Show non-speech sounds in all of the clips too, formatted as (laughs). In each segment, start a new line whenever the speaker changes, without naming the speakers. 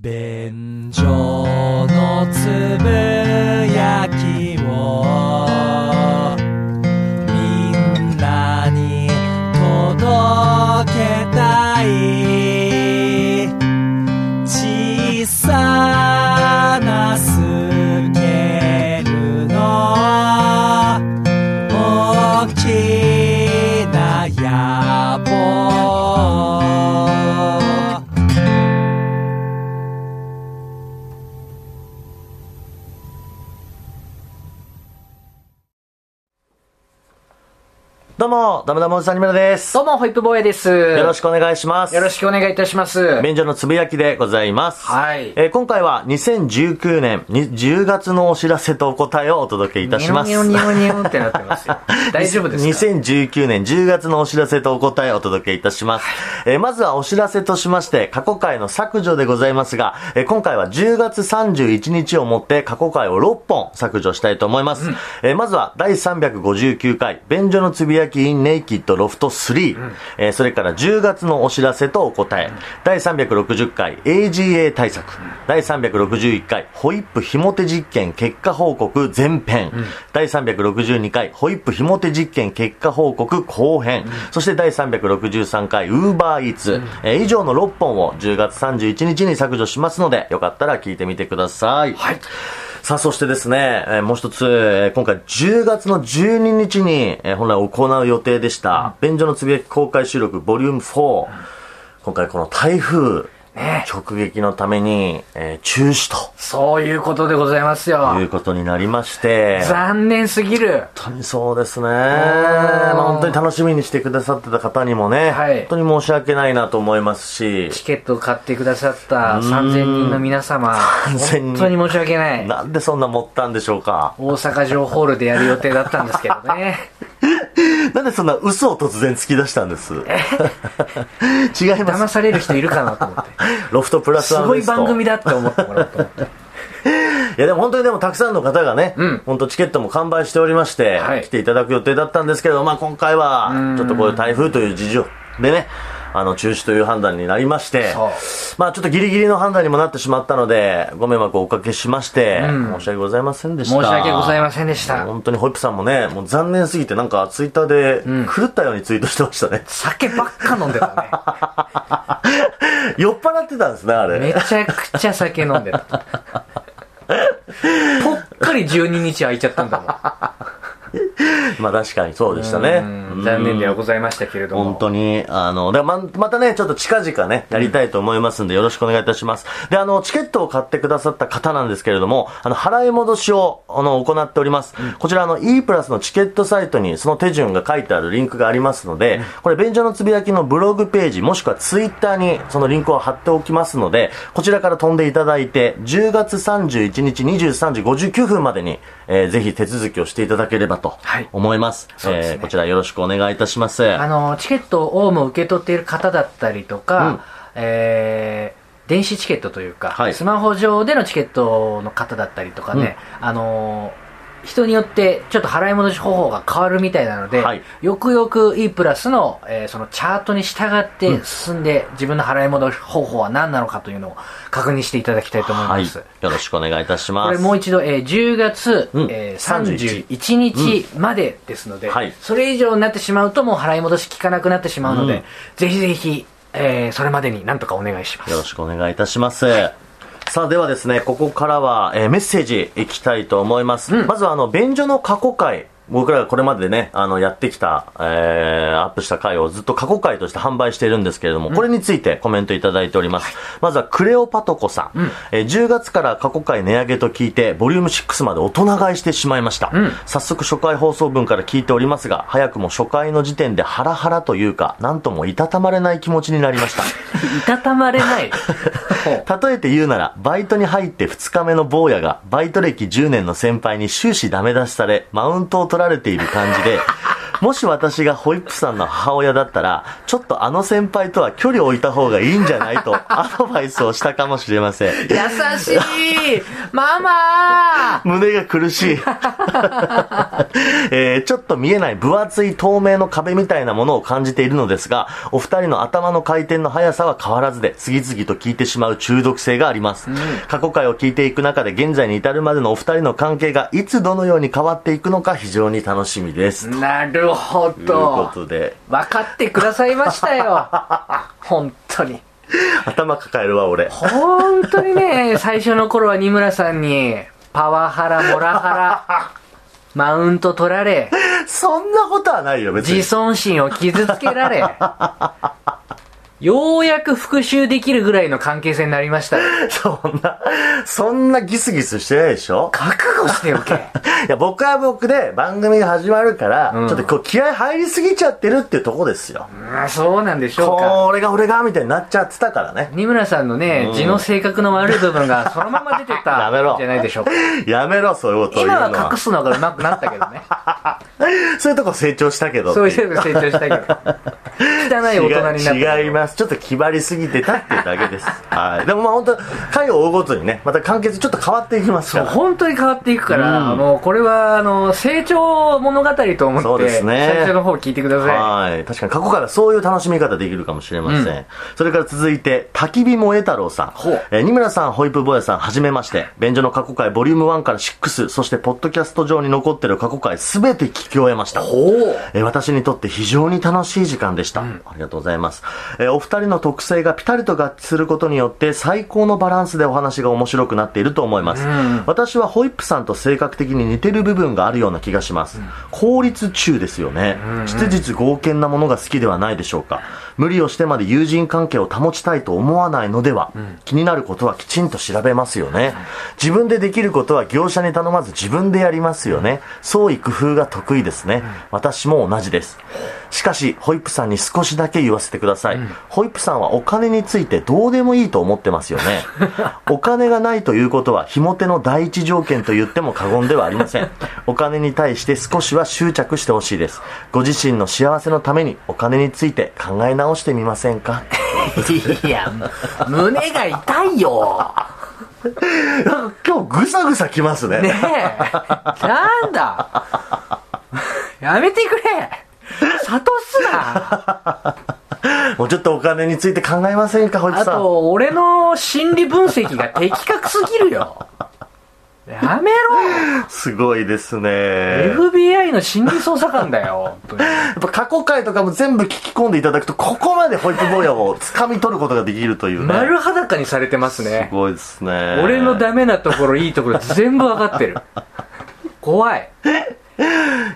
便所のつぶやきをみんなに届けたい小さなスケールの大きな野望
どうも、ダメダメおじさんにめろです。
どうも、ホイップボーイです。
よろし
く。
くお願いします。
よろしくお願いいたします。
便所のつぶやきでございます。
はい
えー今回は2019年に10月のお知らせとお答えをお届けいたします。
ニョニョニョニョってなってますよ。大丈夫ですか
2019年10月のお知らせとお答えをお届けいたします。えーまずはお知らせとしまして、過去回の削除でございますが、えー今回は10月31日をもって過去回を6本削除したいと思います。えーまずは第359回、便所のつぶやき in ネイキッドロフト3、えーそれから10月のお知らせとお答え、第360回 AGA 対策、第361回ホイップひも手実験結果報告前編、第362回ホイップひも手実験結果報告後編、そして第363回ウーバーイーツ、えー以上の6本を10月31日に削除しますので、よかったら聞いてみてください。
はい。
さあ、そしてですね、えーもう一つ、えー今回10月の12日に、えー本来行う予定でした、便所のつぶやき公開収録ボリューム4。今回この台風
ね
直撃のために、えー中止
そういうことでございます
とい
よ。
うことになりまして、本
残念すぎる。
当にそうですね。まあ、本当に楽しみにしてくださってた方にもね、
はい
本当に申し訳ないなと思いますし、
チケットを買ってくださった3000人の皆様、
3000人
本当に申し訳ない。
なんでそんな持ったんでしょう
(laughs)
か。
大阪城ホールでやる予定だったんですけどね。
なんでそんな嘘を突然突き出したんです (laughs)
(laughs)
違います
騙される人いるかなと思 (laughs) って。
(laughs) ロフトプラス
す
ワン
ご
で
い
すと
番組だって思ってもらおうと思って。
いやでも本当にでもたくさんの方がね、
ん
本当チケットも完売しておりまして、
はい
来ていただく予定だったんですけど、まあ今回は、ちょっとこういう台風という事情でね、あの中止という判断になりまして
そう、
まあちょっとギリギリの判断にもなってしまったので、ご迷惑をおかけしまして、申し訳ございませんでした。
申し訳ございませんでした。
本当にホイップさんもね、もう残念すぎてなんかツイッターで狂ったようにツイートしてましたね。 (laughs)
酒ばっか飲んでたね。
酔っ払ってたんですね、あ
(laughs)
れ。
めちゃくちゃ酒飲んでた。ぽっかり12日空いちゃったんだ
まあ確かにそうでした
も
ね。
ん。うん残念ではございましたけれども。
本当に、あの、でま、またね、ちょっと近々ね、やりたいと思いますんで、よろしくお願いいたします。で、あの、チケットを買ってくださった方なんですけれども、あの、払い戻しを、あの、行っております。こちら、あの、E プラスのチケットサイトに、その手順が書いてあるリンクがありますので、これ、便所のつぶやきのブログページ、もしくはツイッターに、そのリンクを貼っておきますので、こちらから飛んでいただいて、10月31日23時59分までに、えーぜひ手続きをしていただければと
はい
思います。
そうですね
えーこちらよろしくお願いいたします。
あの、チケットをもう受け取っている方だったりとか、えー電子チケットというか、
はい
スマホ上でのチケットの方だったりとかね、あのー人によってちょっと払い戻し方法が変わるみたいなので、
はい
よくよく E プラスの、えーそのチャートに従って進んで、自分の払い戻し方法は何なのかというのを確認していただきたいと思い
はい。
ます。
よろしくお願いいたします。
これもう一度、えー10月、
うん
えー31日までですので、
はい
それ以上になってしまうともう払い戻し効かなくなってしまうので、
うん
ぜひぜひ、えーそれまでになんとかお願いします
よろしくお願いいたします。さあ、ではですね、ここからは、えーメッセージいきたいと思います。まずは、あの、便所の過去回。僕らがこれまでね、あの、やってきた、えー、アップした回をずっと過去回として販売しているんですけれども、これについてコメントいただいております。まずは、クレオパトコさん、えー10月から過去回値上げと聞いて、ボリューム6まで大人買いしてしまいました。早速初回放送分から聞いておりますが、早くも初回の時点でハラハラというか、なんともいたたまれない気持ちになりました。
いたたまれな
(laughs)
い
例えて言うなら、バイトに入って2日目の坊やが、バイト歴10年の先輩に終始ダメ出しされ、マウントを取られている感じで、 (laughs) もし私がホイップさんの母親だったら、ちょっとあの先輩とは距離を置いた方がいいんじゃないとアドバイスをしたかもしれません。
優しいママ
胸が苦しい、 (laughs) えーちょっと見えない分厚い透明の壁みたいなものを感じているのですがお二人の頭の回転の速さは変わらずで次々と聞いてしまう中毒性があります、過去回を聞いていく中で現在に至るまでのお二人の関係がいつどのように変わっていくのか非常に楽しみです、
なるほ
というこ
ど
とで
分かってくださいまし
(laughs)
たよ本当に
頭抱えるわ俺
本当にね最初の頃は二村さんにパワハラモラハ
(laughs)
ラマウント取られ
(laughs) そんなことはないよ別に
自尊心を傷つけ
(laughs)
られようやく復讐できるぐらいの関係性になりました
そんなそんなギスギスしてないでしょ
覚悟してお
(laughs)
け
いや、僕は僕で番組が始まるから、
うん
ちょっとこう気合入りすぎちゃってるっていうとこですよ。
うんそうなんでしょうか
これが俺がみたいになっちゃってたからね。
二村さんのね、字の性格の悪い部分がそのまま出てた
(laughs) やめろ
んじゃないでしょうか
やめろ、そういうことを言う
今
のは。
は隠すのがうまくなったけどね
そういうとこ成長したけどって
そう
い
いうの成長したけど汚い大人になったけど
違い違います。ちょっと気張りすぎてたっていうだけです。はい。でもまあ本当回を追うごとにね、また完結ちょっと変わっていきますから。
本当に変わっていくから、
うん
あのこれはあの成長物語と思
そ
っ
うで
て、
すね
最初の方聞いてくださ
はい。確かに過去からそういう楽しみ方できるかもしれません。それから続いて、焚き火萌え太郎さん。
ほう
えー二村さん、ホイップ坊やさん、はじめまして。便所の過去回ボリューム1から6、そしてポッドキャスト上に残ってる過去回すべて聞き終えました。
いおお
えー私にとって非常に楽しい時間でした。ありがとうございます。えーお二人の特性がピタリと合致することによって最高のバランスでお話が面白くなっていると思います。私はホイップさんと性格的に似てる部分があるような気がします。効率中ですよね。質実剛健なものが好きではないでしょうか。無理をしてまで友人関係を保ちたいと思わないのでは、気になることはきちんと調べますよね。自分でできることは業者に頼まず自分でやりますよね。創意工夫が得意ですね。私も同じです。しかし、ホイップさんに少しだけ言わせてください。ホイップさんはお金についてどうでもいいと思ってますよね。お金がないということは、ひも手の第一条件と言っても過言ではありません。お金に対して少しは執着してほしいです。ご自身の幸せのためにお金について考え直してみませんか
いや胸が痛いよ
今日ぐさぐさきますね。
ねえなんだやめてくれ諭す
(laughs)
な
もうちょっとお金について考えませんか、ホイップ
あ
さん。
と俺の心理分析が的確すぎるよやめろ
すごいですね。
FBI の心理捜査官だよ本当に
やっぱ過去回とかも全部聞き込んでいただくと、ここまでホイップ坊やを掴み取ることができるというね。
丸裸にされてます
す
ね
ごいですね。
俺のダメなところいいところ全部分かってる怖い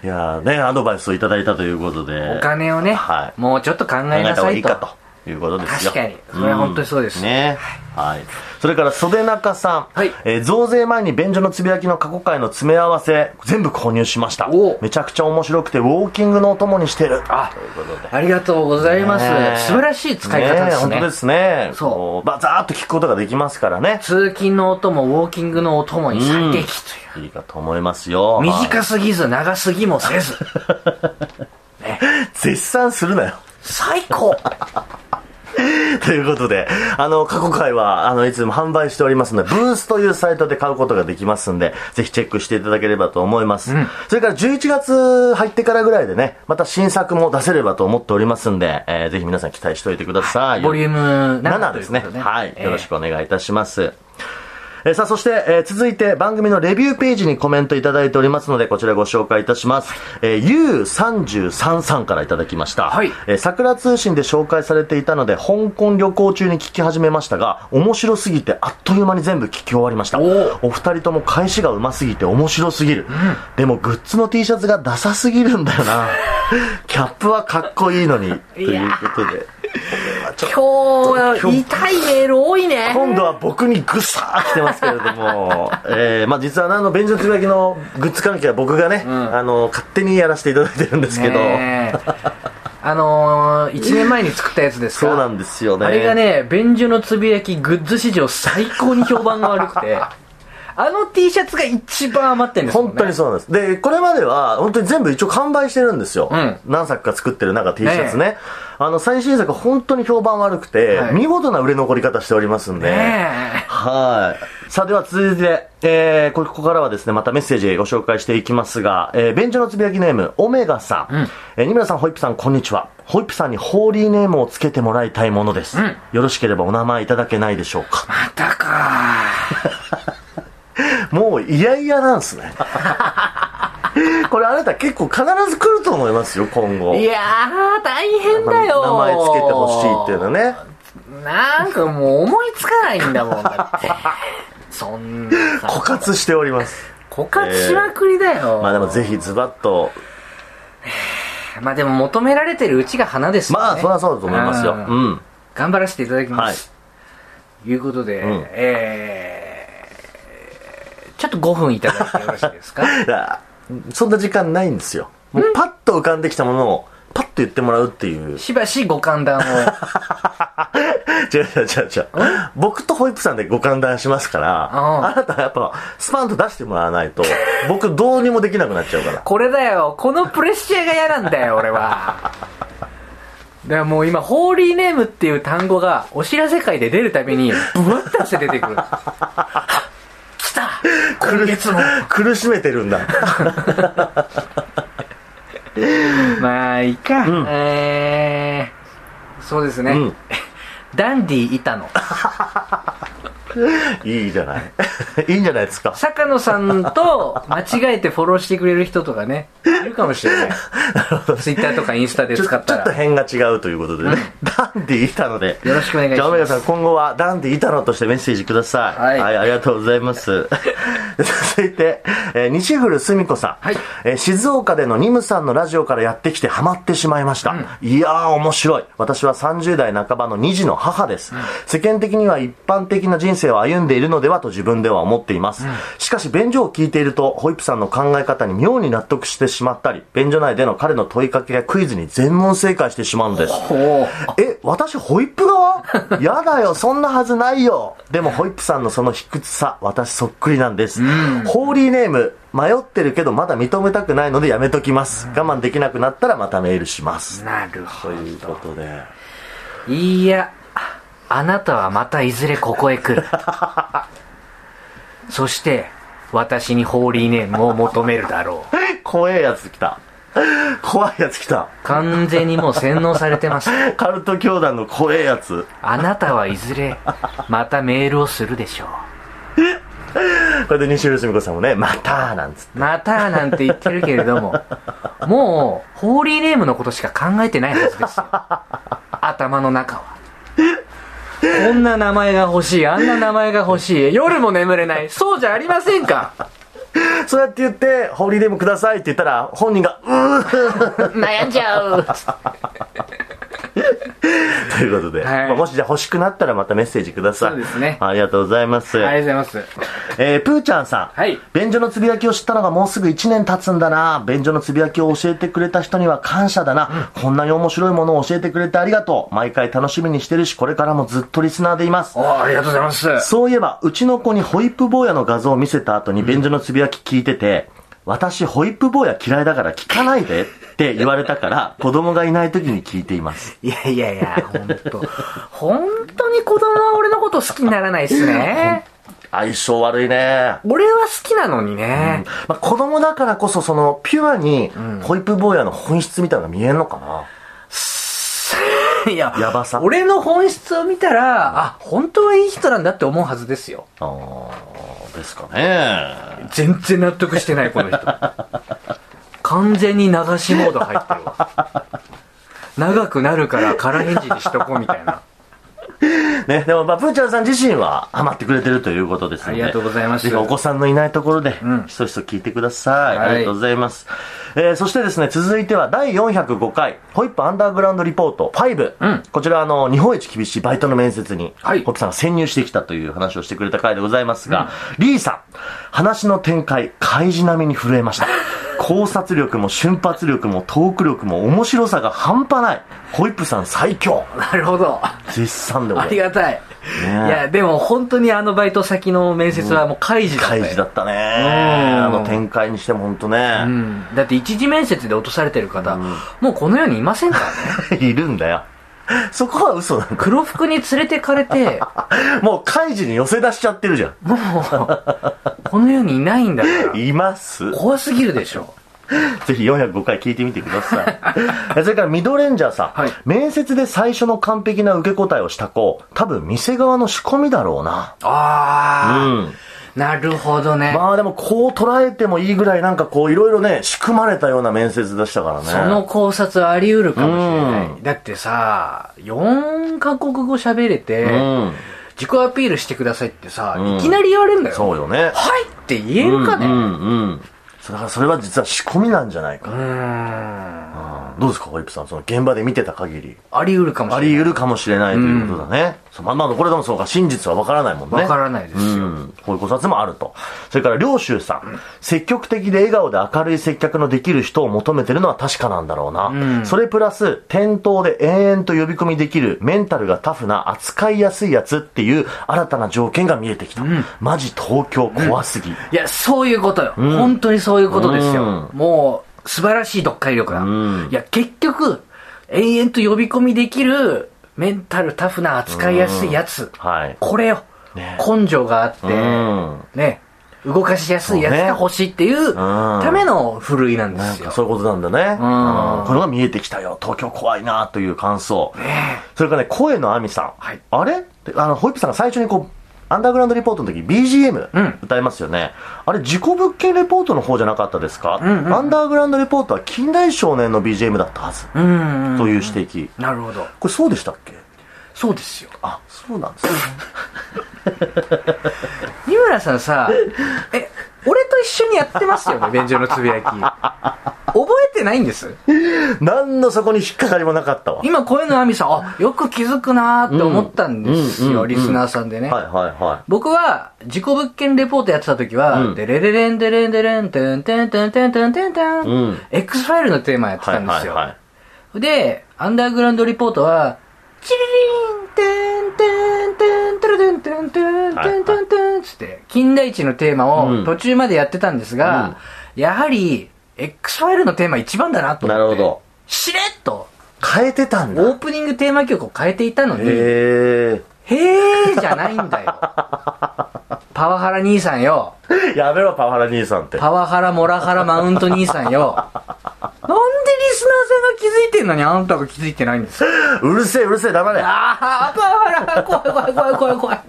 いやーね、アドバイスをいただいたということで。
お金をね、
はい
もうちょっと考え
考え
な
た方が
さ
い
い
い
と
かということですよ
確かにそれは本当にそうです
んねはいそれから袖中さん、
はい
えー増税前に便所のつぶやきの過去回の詰め合わせ全部購入しました
お
めちゃくちゃ面白くてウォーキングのお供にしてるあということで
ありがとうございます、
ねえ
素晴らしい使い方
ねえ
ですね
本当ですね
そう
こうバザーっと聞くことができますからね
通勤のお供ウォーキングのお供に最適という、
いいかと思いますよ
短すぎず長すぎもせ
(laughs)
ず
絶賛するなよ (laughs)
最高
ということで、あの、過去回は、あの、いつでも販売しておりますので、ブースというサイトで買うことができますんで、ぜひチェックしていただければと思います。それから11月入ってからぐらいでね、また新作も出せればと思っておりますんで、えーぜひ皆さん期待しておいてください。
ボリューム
7
7
ですね
ということで
はい、
ええ
よろしくお願いいたします。えーさあ、そして、えー続いて番組のレビューページにコメントいただいておりますので、こちらご紹介いたします。えー U33 さんからいただきました。
はい
えー桜通信で紹介されていたので、香港旅行中に聞き始めましたが、面白すぎてあっという間に全部聞き終わりました。
お
お二人とも返しがうますぎて面白すぎる。でも、グッズの T シャツがダサすぎるんだよ
(laughs)
な。キャップはかっこいいのに。ということで。
今日は痛いメール多いね
今度は僕にぐさー来てますけれども、えーまあ、実はあの便所つぶやきのグッズ関係は僕がね、あの勝手にやらせていただいてるんですけど、(laughs)
ねえあのー、1年前に作ったやつですか
そうなんですよね (laughs)
あれがね便所のつぶやきグッズ史上最高に評判が悪くてあの T シャツが一番余ってるんですもんね
本当にそうなんです。で、これまでは、本当に全部一応完売してるんですよ。
うん
何作か作ってる中 T シャツね。
ね
あの、最新作本当に評判悪くて、
はい
見事な売れ残り方しておりますんで。
ね
はい。さあ、では続いて、えー、ここからはですね、またメッセージご紹介していきますが、えー、便所のつぶやきネーム、オメガさん。
うん
えー、二村さん、ホイップさん、こんにちは。ホイップさんにホーリーネームをつけてもらいたいものです。
うん
よろしければお名前いただけないでしょうか。
またか
もう、いやいやなんですね。 (laughs) これあなた結構必ず来ると思いますよ、今後。
いやー大変だよ
名前つけてほしいっていうのはね。
なんかもう思いつかないんだもんだってそんなさ
枯渇しております。
枯渇しまくりだよ、
まあでもぜひズバッと
まあでも求められてるうちが花ですよね
まあそりゃそうだと思いますよ。
う
うんん。
頑張らせていただきま
はい。
す、ということで、
ん
えー、ちょっと5分いただいてよろしい
(laughs)
ですか
いやそんな時間ないんですよ。もうパッと浮かんできたものを、パッと言ってもらうっていう。
しばしご勘談を
違う違う違う違う。僕とホイップさんでご勘談しますから、
うん
あなたはやっぱ、スパンと出してもらわないと、僕どうにもできなくなっちゃうから。
これだよこのプレッシャーが嫌なんだよ俺はだからもう今ホーリーネームっていう単語がお知らせ会で出るたびにブワッと汗出てくる来た今月も
(laughs) 苦しめてるんだ。 (laughs)
まあいいか、えー、そうですね、
うん
ダンディ板野
いいじゃない。 (laughs) いいんじゃないですか。
坂野さんと間違えてフォローしてくれる人とかね、いるかもし
(laughs)
れない。ツイッターとかインスタで
ちょ
使っ
ちょ
た
っと
ら。
変が違うということでね。ダンディ板野で。
よろしくお願いします
じゃあ、メガさん、今後はダンディ板野としてメッセージください。
はい
ありがとうござい
(laughs)
ます。続いて、えー西古すみこさん。
はい
えー静岡でのニムさんのラジオからやってきてハマってしまいました。いやー、面白い。私は30代半ばの2児の母です。世間的には一般的な人生を歩んでいるのではと自分では思っています。しかし、便所を聞いていると、ホイップさんの考え方に妙に納得してしまったり、便所内での彼の問いかけやクイズに全問正解してしまうんです。
ほう。
え、私ホイップ
(laughs)
側やだよ、そんなはずないよ。でもホイップさんのその卑屈さ、私そっくりなんです。ホーリーネーム、迷ってるけどまだ認めたくないのでやめときます。我慢できなくなったらまたメールします。
なるほ
ということで。
ど。いや、あなたはまたいずれここへ来 (laughs) る。そして、私にホーリーネームを求めるだろう。
怖いやつ来た。怖いやつ来た。
完全にもう洗脳されてます。
カルト教団の怖いやつ。
あなたはいずれ、またメールをするでしょ
これで西浦すみ子さんもね、またなんつって。
う。またなんて言ってるけれども、もう、ホーリーネームのことしか考えてないはずですよ。頭の中は。こんな名前が欲しい、あんな名前が欲しい、夜も眠れない、そうじゃありませんか
そうやって言って、ホーリーネームくださいって言ったら、本人が、うーん
悩んじゃう
ということで、
はい
まあもしじゃあ欲しくなったらまたメッセージください。
そうですね
ありがとうございます。
ありがとうございます。
えー、プーちゃんさん。
はい
便所のつぶやきを知ったのがもうすぐ1年経つんだな。便所のつぶやきを教えてくれた人には感謝だな。こんなに面白いものを教えてくれてありがとう。毎回楽しみにしてるし、これからもずっとリスナーでいます。
おありがとうございます。
そういえば、うちの子にホイップ坊やの画像を見せた後に便所のつぶやき聞いてて、私ホイップ坊や嫌いだから聞かないでって言われたから、子供がいない時に聞いています。
いやいやいや、ほんと。ほんとに子供は俺のこと好きにならないっすね。
相性悪いね。
俺は好きなのにね。
まあ、子供だからこそ、その、ピュアに、ホイップ坊やの本質みたいなのが見えんのかな、
いや、
やばさ
俺の本質を見たら、あ、本当はいい人なんだって思うはずですよ。
あーですかね。
全然納得してない、こ (laughs) の人。完全に流しモード入ってるわ。長くなるから空返事にしとこうみたいな。
ね、でも、まあ、プーちゃんさん自身はハマってくれてるということですので。
ありがとうございます
ぜひお子さんのいないところで、
ん
ひそひそ聞いてください。
はい
ありがとうございます。えー、そしてですね、続いては第405回、ホイップアンダーグラウンドリポート5。
うん
こちら、あの、日本一厳しいバイトの面接に、
はい
ホイップさんが潜入してきたという話をしてく
(laughs)
れた回でございますが、リーさん、話の展開、開示並みに震えました。考察力も瞬発力もトーク力も面白さが半端ないホイップさん最強
なるほど。
絶賛でござ
あ
い
り
ます
がたい。い
ねえ
や、でも本当にあのバイト先の面接はもう開示だった
開
よ。
示だったね
ん
あの展開にしても本当
う
ね、
ん。だって一次面接で落とされてる方、もうこの世にいませんから
(laughs) (laughs)
ね。
いるんだよそこは嘘なんだ
黒服に連れてかれ
(laughs)
て、
もう開示に寄せ出しちゃってるじゃ
もう、この世にいないんだから
ん。います
怖すぎるでしょ。
ぜひ405回聞いて (laughs) みてください。それからミドレンジャーさん、
はい
面接で最初の完璧な受け答えをした子、多分店側の仕込みだろうな。う
ああ、
ん。
なるほどね。
まあでもこう捉えてもいいぐらいなんかこういろいろね、仕組まれたような面接でしたからね。
その考察あり得るかもしれない。
う
だってさ、4カ国語喋れて、
うん。
自己アピールしてくださいってさ、
うん
いきなり言われるんだよ。
そうよね。
はいって言えるかね。
う
うん
んうんうん。そだからそれは実は仕込みなんじゃないか。
ん。
うんどうですか、ホイップさん。その現場で見てた限り。
あり得るかもしれ
あ
ない。
り得るかもしれないということだね。そうまあまあ、これでもそうか、真実はわからないもんね。
わからないですよ
うん。こういう考察もあると。それから、領州さん。積極的で笑顔で明るい接客のできる人を求めてるのは確かなんだろうな。
うん
それプラス、店頭で延々と呼び込みできるメンタルがタフな扱いやすいやつっていう新たな条件が見えてきた。マジ東京怖すぎ。
いや、そういうことよ。本当にそういうことですよ。
う
もう、素晴らしい読解力だ。
ん
いや、結局、延々と呼び込みできる、メンタルタフな扱いやすいやつ。
はい。
これよ。
ね
根性があって、
うん。
ね、動かしやすいやつが欲しいっていう
うん
ためのふるいなんで
なん
すよ
か。そういうことなんだね。
うん
うんこれが見えてきたよ。東京怖いなという感想。それからね、声のあみさん。
はい
あれってあの、ホイップさんが最初にこう、アンダーグラウンドリポートの時 BGM
うん
歌いますよね。あれ、自己物件レポートの方じゃなかったですか、アンダーグラウンドリポートは近代少年の BGM だったはず。
うんうん。
という指摘。
なるほど。
これそうでしたっけ
そうですよ。
あ、そうなんですね。 (laughs)
三村さんさ、え、俺と一緒にやってま
(laughs)
すよね、便所のつぶやき。覚えてないんです
何のそこに引っかかりもなかったわ。
今声の亜美さん、あ、よく気づくなーって思ったんです
うんうんうん
よ、
うん
リスナーさんでね。
はいはいは
僕は、自己物件レポートやってた時
う
は
ん、
でレレレンデレンデレン、テンテンテンテンテンテンテ
う
ン
ん、
X ファイルのテーマやっ
い。
てたんですよ。
はいはい
で、アンダーグラウンドリポートは、チリリン、テン、テン、テルテン、テン、テン、テン、テン、テン、つって、金田一のテーマ
う
を
ん
途中までやってたんですが、やはり、X ファイルのテーマ一番だなと思っ
な
て、
るほど
しれっと、
はい。変えてたん
オ
だ。
ープニングテーマ曲を変えていたのに、へ
へ
ーじゃないんだ (laughs) よ。パワハラ兄さんよ。
え。 (laughs) やめろ、パワハラ兄さんって。
パワハラ、モラハラ、マウント兄さんよ。なんでリスナーさんが気づいてんのにあなたが気づいてないんですか
うるせえ、うるせえ、黙れ。
あー、パワハラ、怖い怖い怖い怖い怖い。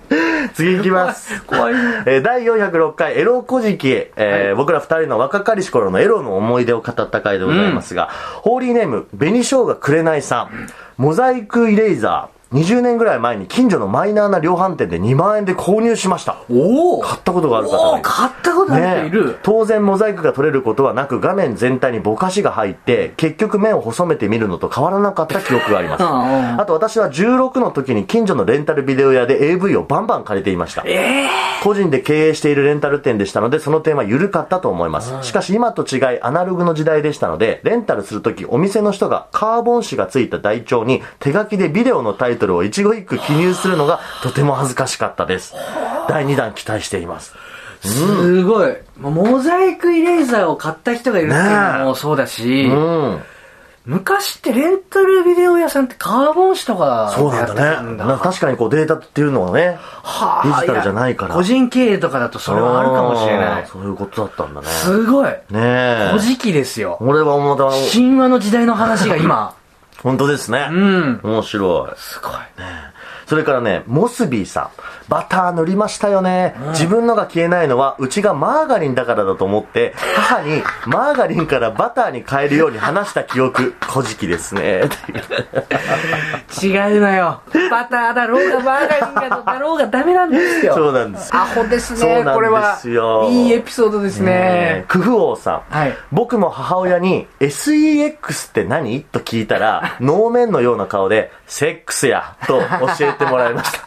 次行きます。
怖い。
えー第406回エロ古事記、えー
はい
僕ら二人の若かりし頃のエロの思い出を語った回でございますが、ホーリーネーム、紅生姜くれないさん、モザイクイレイザー、20年ぐらい前に近所のマイナーな量販店で2万円で購入しました。
おお
買ったことがある方
お
が
お
い
買ったことある人いる。
ね当然モザイクが取れることはなく画面全体にぼかしが入って結局面を細めて見るのと変わらなかった記憶があります
(laughs) うんうん
あと私は16の時に近所のレンタルビデオ屋で AV をバンバン借りていました個人で経営しているレンタル店でしたのでその点は緩かったと思いますしかし今と違いアナログの時代でしたのでレンタルする時お店の人がカーボン紙がついた台帳に手書きでビデオのタイトルを一語一句記入するのがとても恥ずかしかったです第2弾期待しています
すごい。もうモザイクイレーザーを買った人がいるっていう
ねえ
のもそうだし、
うん
昔ってレンタルビデオ屋さんってカーボン紙とか
そうなん
やって
だ
た
ね。
ん
な確かにこうデータっていうのはね、
はあ
デジタルじゃないから
や個人経営とかだとそれはあるかもしれな
あー
い。
そういうことだったんだね。
すごい。
ね
古
え。
事記ですよ。
俺はまた、
神話の時代の話が今。
(laughs) 本当ですね。
うん。
面白い。
すごい。
それからね、モスビーさん。バター塗りましたよね。自分のが消えないのは、うちがマーガリンだからだと思って、母にマーガリンからバターに変えるように話した記憶、古事記ですね。
(laughs) 違うのよ。バターだろうがバーガリンがだろうがダメなんですよ。
そうなんです。
アホです
そうなんで
ね
すよ、
これは。いいエピソードです
ねえ
ね。
クフ王さん、
はい
僕も母親に SEX って何と聞いた
(laughs)
ら能面のような
(laughs)
顔でセックスやと教えてもらいました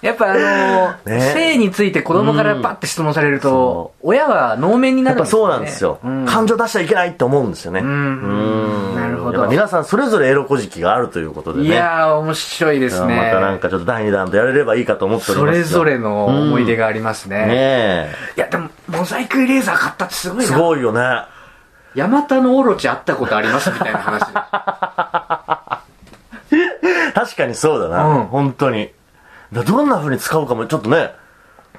やっぱあのー
ね
性について子供からパッて質問されると、親は能面にな
やっ
る
ぱそうなんですよ。感情出しちゃいけないって思うんですよね。
ん
うん
なるほど
やっぱ皆さんそれぞれエロこじきがあるということでね。
いやー、面白いです
ま
ね。
たなんかちょっと第2弾とやれればいいかと思っており
そ
ます
れ
が
ぞれの思い出がありますね。
ね
いや、でも、モザイクレーザー買ったってすご
え。
い
す
な。
ごいよね。
ヤマタのオロチ会ったことありますみたいな (laughs) 話。
確かにそうだな。
うん
本当に。だどんな風に使うかもちょっとね、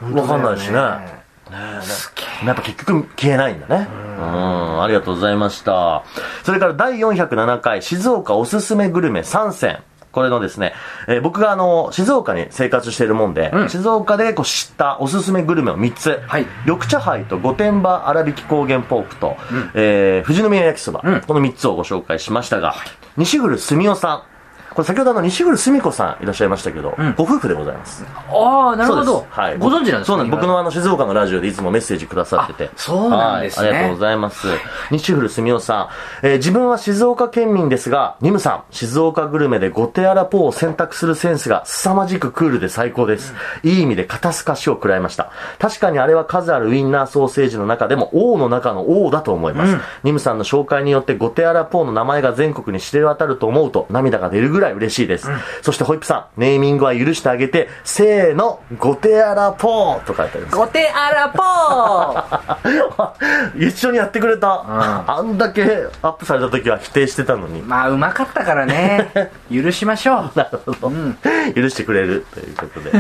わかんないしね。やっぱ結局消えないんだね。うん、ありがとうございました。それから第407回静岡おすすめグルメ3選。これのですね、えー僕があの、静岡に生活しているもんで、
うん
静岡でこう知ったおすすめグルメを3つ。
はい
緑茶杯と御殿場粗挽き高原ポークと、えー富士宮焼きそば、
うん
この3つをご紹介しましたが、西古純夫さん。これ先ほどあの、西古純子さんいらっしゃいましたけど、
うん
ご夫婦でございます。
ああ、なる
そ
ほ
う
ど
で。すはい、
ご存知なんですか
そうなんです僕のあの静岡のラジオでいつもメッセージくださってて
あそうなんですね
はいありがとうございます西古純夫さん、えー自分は静岡県民ですがニムさん静岡グルメでゴテアラポーを選択するセンスが凄まじくクールで最高です、いい意味で肩透かしを食らいました確かにあれは数あるウインナーソーセージの中でも王の中の王だと思います、ニムさんの紹介によってゴテアラポーの名前が全国に知れ渡ると思うと涙が出るぐらい嬉しいです、そしてホイップさんネーミングは許してあげてせーのゴテアラポーと書いてあります
ゴテアラポー
(laughs) 一緒にやってくれた、あんだけアップされた時は否定してたのに (laughs)
まあ、うまかったからね。 (laughs) 許しましょう。
なるほど、許してくれるということで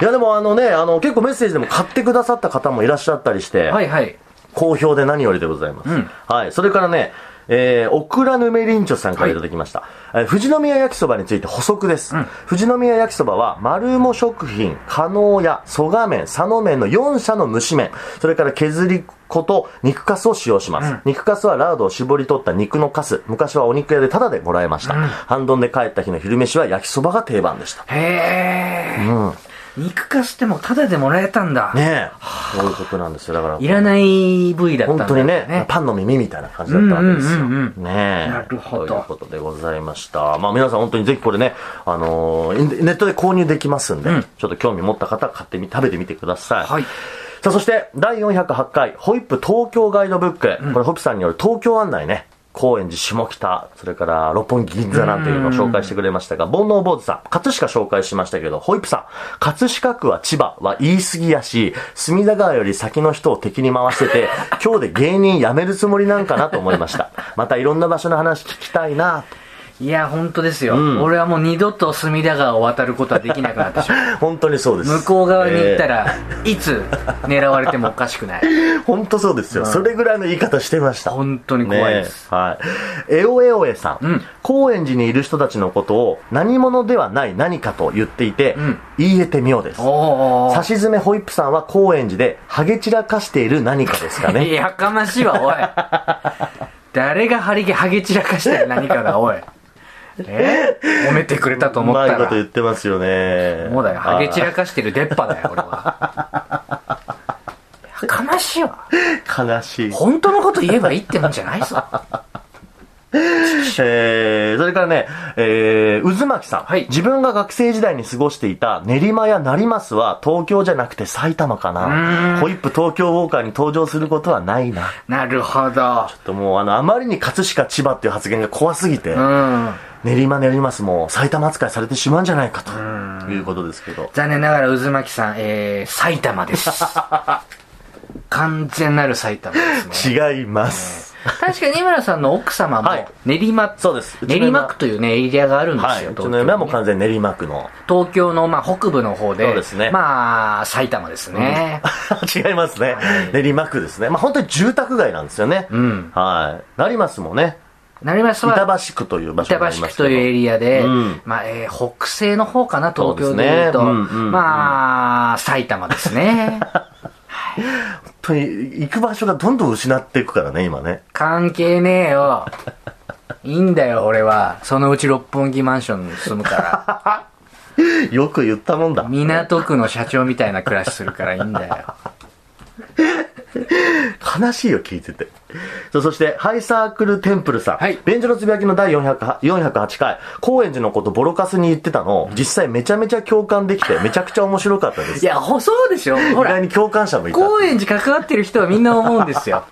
いやでもあのねあの結構メッセージでも買ってくださった方もいらっしゃったりして、
はいはい。
好評で何よりでございます、
うん
はいそれからねえー、オクラヌメリンチョさんからいただきました、えー富士宮焼きそばについて補足です、富士宮焼きそばは丸も食品加納屋蘇我麺佐野麺の4社の蒸し麺それから削り粉と肉かすを使用します、肉かすはラードを絞り取った肉のかす昔はお肉屋でタダでもらえました、半丼で帰った日の昼飯は焼きそばが定番でした
へえ。肉かすってもタダでもらえたんだ。
ねえそういうことなんですよだから
いらない部位だったんだ
本当にねパンの耳みたいな感じだったわけですよ、
うんうんうん
ねえ
なるほど
ということでございましたまあ皆さん本当にぜひこれね、あのーインネットで購入できますんで、
うん
ちょっと興味持った方は買ってみ食べてみてください、
はい
さあそして第408回ホイップ東京ガイドブック、これホイップさんによる東京案内ね高円寺、下北、それから六本木、銀座なんていうのを紹介してくれましたが、煩悩坊主さん、葛飾紹介しましたけど、ホイップさん、葛飾区は千葉は言い過ぎやし、隅田川より先の人を敵に回してて、 (laughs) 今日で芸人辞めるつもりなんかなと思いました。またいろんな場所の話聞きたいなと
いや、本当ですよ、俺はもう二度と隅田川を渡ることはできなくなってしまう。
本当にそうです。
向こう側に行った
え
(laughs) ら、いつ狙われてもおかしくない。
え (laughs) 本当そうですよ、それぐらいの言い方してました。
本当に怖いです。
ねえはい。エオエオエさん,、
うん
高円寺にいる人たちのことを何者ではない何かと言っていて、
ん
言えて妙です。
お
差し詰めホイップさんは高円寺でハゲ散らかしている何かですか
お、
ね。
やかま (laughs) しいわ、おい。誰が張り毛ハゲ散らかしたら何か
(laughs)
だ、おい。え褒めてくれたと
う
思っ
ま
た
いこと言
ら
っ。てますよね。
もうだよ、ハゲ散ら
か。
かしてる出っ歯だよ、俺は。やかましいわ。
悲しい。
本当のこと言えばいいってもんじゃないぞ。 (laughs)
えー、それからね、えー、渦巻さん、
はい
自分が学生時代に過ごしていた練馬や成増は東京じゃなくて埼玉かな。ホイップ東京ウォーカーに登場することはないな。
なるほど。
ちょっともうあの、あまりに葛飾千葉っていう発言が怖すぎて、
うん。
練馬練馬すもう埼玉扱いされてしまうんじゃないかということですけど。
残念ながら渦巻さん、えー、埼
(laughs)
玉です。完全なる埼玉ですね。
違います。
確かに井村さんの奥様も
はい
練馬、
そうですうちの今
練馬区というね、エリアがあるんですよ、
はい。うち
東
の
京
嫁はもう
にね
完全に練馬区の。
東京のまあ北部の方で、
そうですね
まあ、埼玉ですね。
(laughs) 違いますね。練馬区ですね。まあ本当に住宅街なんですよね。
ん
はい。成増もね、
なります
板
は、
橋区という場所
板
になり
橋
ま
区
すけど。
というエリアで、
うん
まあ、えー北西の方かな、東京で言うと。
そうですねうんうん
まあ、埼玉です
(laughs)
ね。
本当に行く場所がどんどん失っていくからね、今ね。
関係ねえよ。いいんだよ、俺は。そのうち六本木マンションに住
(laughs)
むから。
よく言ったもんだ。
港区の社長みたいな暮らしするからいいんだよ。
悲しいよ、聞いてて。そうそして、ハイサークルテンプルさん。
はい
便所のつぶやきの第400 408回、高円寺のことボロカスに言ってたのを、実際めちゃめちゃ共感できて、めちゃくちゃ面白かったで
い
す。
や、ほそうでしょほ
意外
ら、
に共感者もいた。
高円寺関わってる人はみんな思うんですよ。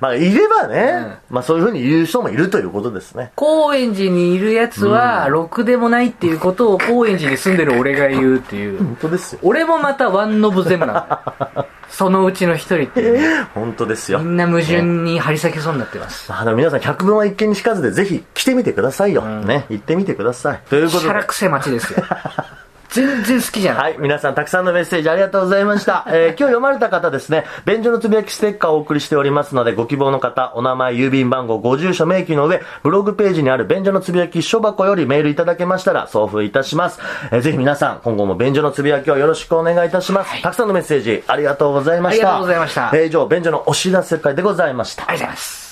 まあ、いればね、まあそういうふうに言う人もいるということですね。
高円寺にいるやつは、ろくでもないっていうことを高円寺に住んでる俺が言うっていう。
本当ですよ。
俺もまたワンノブゼムなんだよ。
(laughs)
そのうちの一人っていう。
本当ですよ。
みんな矛盾に張り裂けそうになってます。
まあ、でも皆さん、百聞は一見にしかずで、ぜひ来てみてくださいよ。ね、行ってみてください。という
シ
こと
ャ
で
ラ。くせ街ですよ。全然好きじゃない。
はい、皆さんたくさんのメッセージありがとうございました。えー今日読まれた方ですね、便所のつぶやきステッカーをお送りしておりますので、ご希望の方、お名前、郵便番号、ご住所、名義の上、ブログページにある便所のつぶやき書箱よりメールいただけましたら、送付いたします。えーぜひ皆さん、今後も便所のつぶやきをよろしくお願いいたします。たくさんのメッセージありがとうございました。
ありがとうございました
えー以上、便所のお知らせ会でございました。
ありがとうございます。